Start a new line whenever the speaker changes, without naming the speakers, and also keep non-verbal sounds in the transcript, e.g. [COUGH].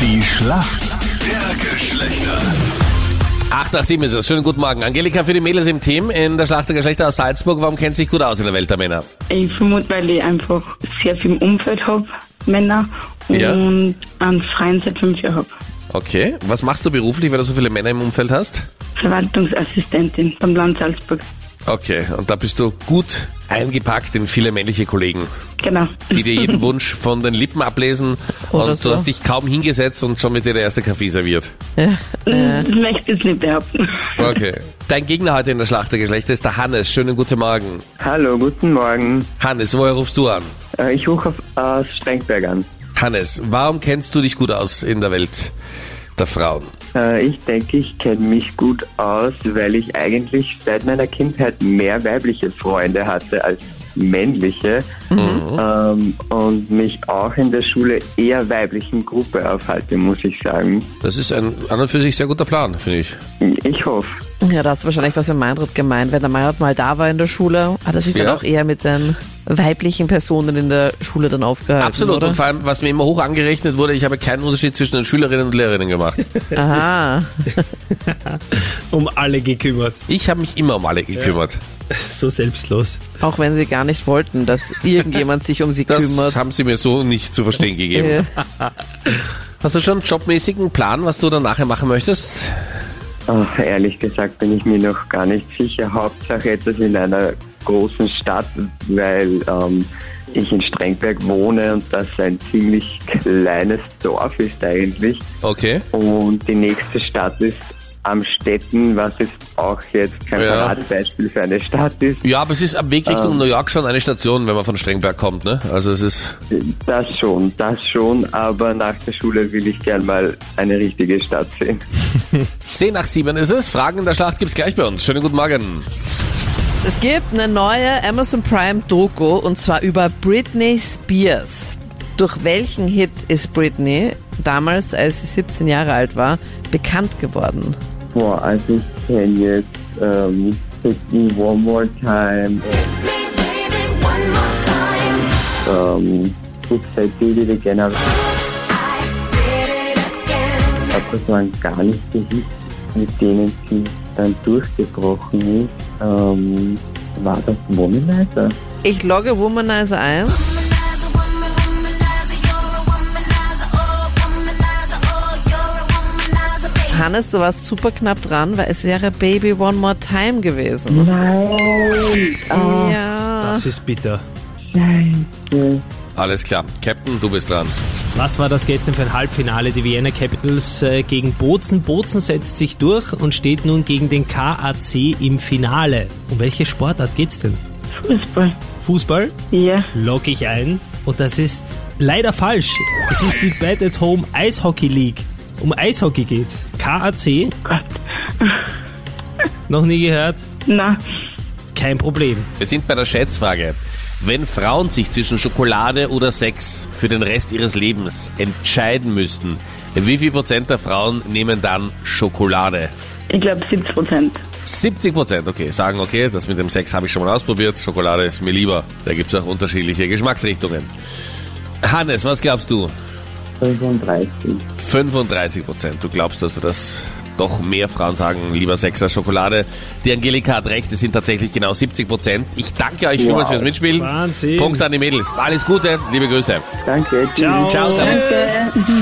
Die Schlacht der Geschlechter.
8 nach 7 ist es. Schönen guten Morgen. Angelika für die Mädels im Team in der Schlacht der Geschlechter aus Salzburg. Warum kennt sich gut aus in der Welt der Männer?
Ich vermute, weil ich einfach sehr viel im Umfeld habe, Männer, und
Ja.
einen Freien seit fünf Jahren habe.
Okay. Was machst du beruflich, weil du so viele Männer im Umfeld hast?
Verwaltungsassistentin beim Land Salzburg.
Okay. Und da bist du gut eingepackt in viele männliche Kollegen,
Genau.
die dir [LAUGHS] jeden Wunsch von den Lippen ablesen.
Oder
und
so.
du hast dich kaum hingesetzt und schon mit dir der erste Kaffee serviert.
Das möchte ich jetzt nicht behaupten.
Okay. [LAUGHS] Dein Gegner heute in der Schlacht der Geschlechter ist der Hannes. Schönen guten Morgen.
Hallo, guten Morgen.
Hannes, woher rufst du an?
Äh, Ich rufe aus Sprengberg an.
Hannes, warum kennst du dich gut aus in der Welt der Frauen?
Äh, Ich denke, ich kenne mich gut aus, weil ich eigentlich seit meiner Kindheit mehr weibliche Freunde hatte als männliche ähm, und mich auch in der Schule eher weiblichen Gruppe aufhalte, muss ich sagen.
Das ist ein an und für sich sehr guter Plan, finde ich.
Ich hoffe.
[LAUGHS] Ja, da hast du wahrscheinlich was mit Meinrad gemeint. Wenn der Meinrad mal da war in der Schule, hat er sich
Ja.
dann auch eher mit den weiblichen Personen in der Schule dann aufgehalten,
Absolut.
oder?
Und vor allem, was mir immer hoch angerechnet wurde, ich habe keinen Unterschied zwischen den Schülerinnen und Lehrerinnen [LAUGHS] gemacht.
Aha.
um alle gekümmert.
Ich habe mich immer um alle gekümmert.
So selbstlos.
Auch wenn sie gar nicht wollten, dass irgendjemand sich um sie
Das
kümmert.
haben sie mir so nicht zu verstehen gegeben.
Äh,
Hast du schon einen jobmäßigen Plan, was du dann nachher machen möchtest?
Ach, ehrlich gesagt bin ich mir noch gar nicht sicher. Hauptsache etwas in einer großen Stadt, weil ähm, ich in Strengberg wohne und das ein ziemlich kleines Dorf ist eigentlich.
Okay.
Und die nächste Stadt ist Amstetten, was jetzt auch jetzt kein
Ja.
Paradebeispiel für eine Stadt ist.
Ja, aber es ist am Weg Richtung New York schon eine Station, wenn man von Strengberg kommt, ne? Also es ist.
Das schon, das schon, aber nach der Schule will ich gern mal eine richtige Stadt sehen.
10 nach 7 ist es. Fragen in der Schlacht gibt's gleich bei uns. Schönen guten Morgen.
Es gibt eine neue Amazon Prime Doku und zwar über Britney Spears. Durch welchen Hit ist Britney damals, als sie 17 Jahre alt war, bekannt geworden?
Boah, also ich kenne jetzt ähm, Sydney One More Time ähm, Flugzeit Bildete generell. Aber es waren gar nicht die Hits, mit denen sie dann durchgebrochen ist. Ähm, war das äh, Womanizer?
Ich logge Womanizer ein. Hannes, du warst super knapp dran, weil es wäre Baby One More Time gewesen.
Nein!
Ja.
Das ist bitter.
Scheiße.
Alles klar. Captain, du bist dran.
Was war das gestern für ein Halbfinale? Die Vienna Capitals äh, gegen Bozen. Bozen setzt sich durch und steht nun gegen den KAC im Finale. Um welche Sportart geht's denn?
Fußball.
Fußball
Ja.
logge ich ein und das ist leider falsch. Es ist die Bad at Home Eishockey League. Um Eishockey geht's. KAC,
Gott.
noch nie gehört?
Na,
Kein Problem.
Wir sind bei der Schätzfrage. Wenn Frauen sich zwischen Schokolade oder Sex für den Rest ihres Lebens entscheiden müssten, wie viel Prozent der Frauen nehmen dann Schokolade?
ich glaube 70 Prozent.
70 Prozent, okay. Sagen, okay, das mit dem Sex habe ich schon mal ausprobiert, Schokolade ist mir lieber. Da gibt es auch unterschiedliche Geschmacksrichtungen. Hannes, was glaubst du?
35.
35 Prozent. Du glaubst also, dass doch mehr Frauen sagen, lieber Sex als Schokolade. Die Angelika hat recht, es sind tatsächlich genau 70 Prozent. Ich danke euch vielmals
Wow.
fürs Mitspielen.
Wahnsinn.
Punkt an die Mädels. Alles Gute, liebe Grüße.
Danke. tschüss.
Ciao. Servus.
Danke.